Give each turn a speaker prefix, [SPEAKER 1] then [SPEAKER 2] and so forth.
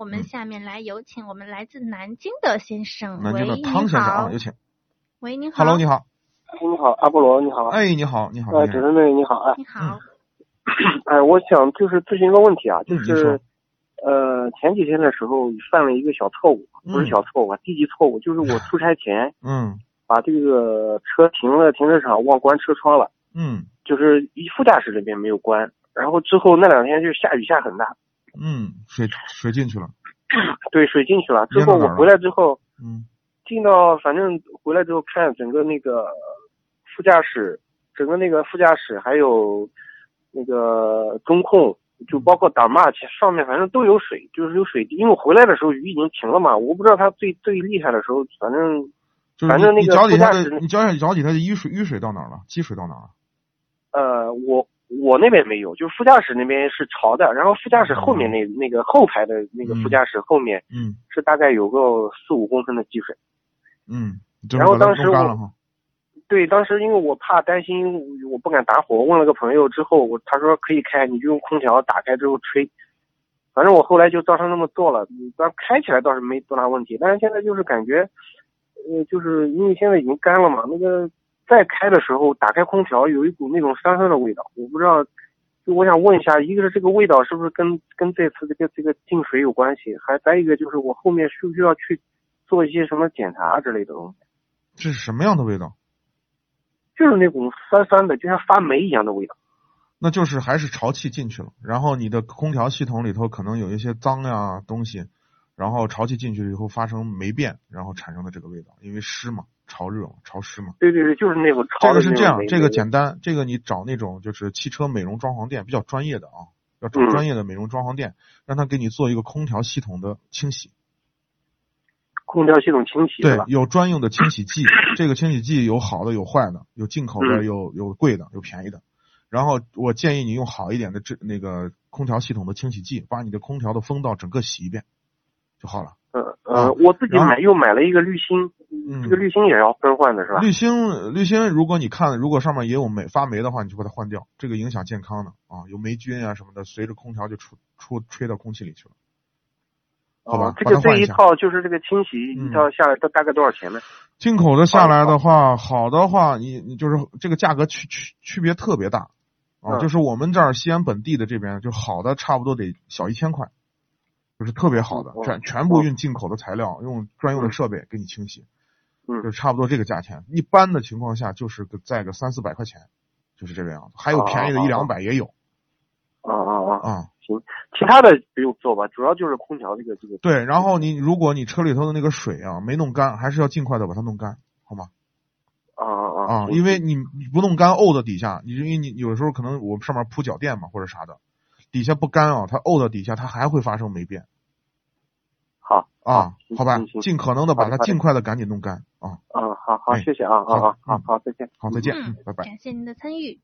[SPEAKER 1] 我
[SPEAKER 2] 嗯
[SPEAKER 1] 们下面来有请我们来自南京的先生，
[SPEAKER 2] 南京的
[SPEAKER 1] 喂
[SPEAKER 2] 汤先生啊，
[SPEAKER 1] 你嗯
[SPEAKER 2] 有
[SPEAKER 1] 好
[SPEAKER 2] 请。
[SPEAKER 1] 喂，您好
[SPEAKER 2] Hello，你好。
[SPEAKER 3] 你好，阿波罗，你好。
[SPEAKER 2] 哎，你好，你好，
[SPEAKER 3] 哎，
[SPEAKER 2] 先
[SPEAKER 3] 主
[SPEAKER 2] 生。
[SPEAKER 3] 持妹你好，哎，
[SPEAKER 1] 你好，
[SPEAKER 3] 哎，我想就是咨询一个问题啊，
[SPEAKER 2] 嗯
[SPEAKER 3] 就
[SPEAKER 2] 您
[SPEAKER 3] 是
[SPEAKER 2] 说，
[SPEAKER 3] 呃，前几天的时候犯了一个小错误，不是
[SPEAKER 2] 嗯
[SPEAKER 3] 小错误啊，低级错误，就是我出差前
[SPEAKER 2] 嗯
[SPEAKER 3] 把这个车停了停车场，忘关车窗了，
[SPEAKER 2] 嗯
[SPEAKER 3] 就是一副驾驶这边没有关，然后之后那两天就下雨下很大，
[SPEAKER 2] 嗯，水水进去了。
[SPEAKER 3] 对，水进去了。之
[SPEAKER 2] 淹到
[SPEAKER 3] 后
[SPEAKER 2] 哪
[SPEAKER 3] 我
[SPEAKER 2] 儿了
[SPEAKER 3] 回来之后，
[SPEAKER 2] 嗯
[SPEAKER 3] 进到反正回来之后看整个那个副驾驶，整个那个副驾驶还有那个中控，就包括打骂前上面反正都有水，就是有水滴。因为我回来的时候雨已经停了嘛，我不知道他最最厉害的时候，反正
[SPEAKER 2] 就是
[SPEAKER 3] 反
[SPEAKER 2] 你
[SPEAKER 3] 正那
[SPEAKER 2] 你
[SPEAKER 3] 个
[SPEAKER 2] 脚底
[SPEAKER 3] 副
[SPEAKER 2] 下
[SPEAKER 3] 驾驶
[SPEAKER 2] 的
[SPEAKER 3] 那
[SPEAKER 2] 你脚底脚底下的淤水淤水到哪儿了？积水到哪儿了？
[SPEAKER 3] 呃我。我那边没有，就是副驾驶那边是潮的，然后副驾驶后面那那个后排的那个
[SPEAKER 2] 嗯
[SPEAKER 3] 副驾驶后面
[SPEAKER 2] 嗯
[SPEAKER 3] 是大概有个四五公分的积水。
[SPEAKER 2] 嗯，这
[SPEAKER 3] 然后
[SPEAKER 2] 把它
[SPEAKER 3] 当
[SPEAKER 2] 弄
[SPEAKER 3] 时
[SPEAKER 2] 干
[SPEAKER 3] 我
[SPEAKER 2] 了哈。
[SPEAKER 3] 对，当时因为我怕担心，我不敢打火。问了个朋友之后，我他说可以开，你就用空调打开之后吹。反正我后来就照着那么做了，嗯当开起来倒是没多大问题，但是现在就是感觉，呃，就是因为现在已经干了嘛，那个再开的时候打开空调有一股那种酸酸的味道，我不知道。就我想问一下，一个是这个味道是不是跟跟这次这个这个进水有关系，还再一个就是我后面需不需要去做一些什么检查之类的东西？
[SPEAKER 2] 这是什么样的味道？
[SPEAKER 3] 就是那种酸酸的，就像发霉一样的味道。
[SPEAKER 2] 那就是还是潮气进去了，然后你的空调系统里头可能有一些脏呀东西，然后潮气进去以后发生霉变，然后产生的这个味道，因为湿嘛，潮热嘛，潮湿嘛。
[SPEAKER 3] 对对对，就是那种
[SPEAKER 2] 这
[SPEAKER 3] 潮的
[SPEAKER 2] 个
[SPEAKER 3] 那种
[SPEAKER 2] 是这样
[SPEAKER 3] 霉，
[SPEAKER 2] 这个
[SPEAKER 3] 味
[SPEAKER 2] 简单，这个你找那种就是汽车美容装潢店比较专业的啊，要找
[SPEAKER 3] 嗯
[SPEAKER 2] 专业的美容装潢店，让他给你做一个空调系统的清洗。
[SPEAKER 3] 空调系统清洗是
[SPEAKER 2] 对
[SPEAKER 3] 吧，？
[SPEAKER 2] 有专用的清洗剂，这个清洗剂有好的有坏的，有进口的，
[SPEAKER 3] 嗯
[SPEAKER 2] 有有贵的，有便宜的。然后我建议你用好一点的这那个空调系统的清洗剂，把你的空调的风道整个洗一遍就好了。
[SPEAKER 3] 呃
[SPEAKER 2] 啊
[SPEAKER 3] 呃，我自己
[SPEAKER 2] 然后
[SPEAKER 3] 买又买了一个滤芯，
[SPEAKER 2] 嗯
[SPEAKER 3] 这个滤芯也要更换的是吧？
[SPEAKER 2] 滤芯滤芯，如果你看如果上面也有霉发霉的话，你就把它换掉，这个影响健康的啊，有霉菌啊什么的，随着空调就出出吹到空气里去了。好吧
[SPEAKER 3] 哦，这
[SPEAKER 2] 把它
[SPEAKER 3] 个
[SPEAKER 2] 换
[SPEAKER 3] 这
[SPEAKER 2] 一
[SPEAKER 3] 一
[SPEAKER 2] 下嗯
[SPEAKER 3] 套就是这个清洗一套下来，大大概多少钱呢？
[SPEAKER 2] 进口的下来的话，好的话，你你就是这个价格区区区别特别大啊，
[SPEAKER 3] 嗯
[SPEAKER 2] 就是我们这儿西安本地的这边，就好的差不多得小一千块，就是特别好的，
[SPEAKER 3] 哦
[SPEAKER 2] 全全部
[SPEAKER 3] 哦
[SPEAKER 2] 用进口的材料，用专用的
[SPEAKER 3] 嗯
[SPEAKER 2] 设备给你清洗，
[SPEAKER 3] 嗯
[SPEAKER 2] 就是差不多这个价钱。一般的情况下就是个在个三四百块钱，就是这个样子，还有便宜的
[SPEAKER 3] 哦
[SPEAKER 2] 一
[SPEAKER 3] 哦
[SPEAKER 2] 两百也有
[SPEAKER 3] 啊啊啊！
[SPEAKER 2] 啊。
[SPEAKER 3] 其他的不用做吧，主要就是空调这个这个。
[SPEAKER 2] 对，然后你如果你车里头的那个水啊没弄干，还是要尽快的把它弄干，好吗？
[SPEAKER 3] 啊啊
[SPEAKER 2] 啊，因为你你不弄干沤到底下，你因为你有时候可能我们上面铺脚垫嘛或者啥的，底下不干啊，它沤到底下，它还会发生霉变
[SPEAKER 3] 好
[SPEAKER 2] 啊，
[SPEAKER 3] 行
[SPEAKER 2] 好吧
[SPEAKER 3] 行，行
[SPEAKER 2] 尽可能的把
[SPEAKER 3] 好
[SPEAKER 2] 它
[SPEAKER 3] 的好的
[SPEAKER 2] 尽快的赶紧弄干啊，
[SPEAKER 3] 啊，好好
[SPEAKER 2] 哎
[SPEAKER 3] 谢谢啊啊啊
[SPEAKER 2] 好嗯
[SPEAKER 3] 好好再见。
[SPEAKER 2] 好，再见，
[SPEAKER 1] 嗯
[SPEAKER 2] 嗯，拜拜。
[SPEAKER 1] 感谢您的参与。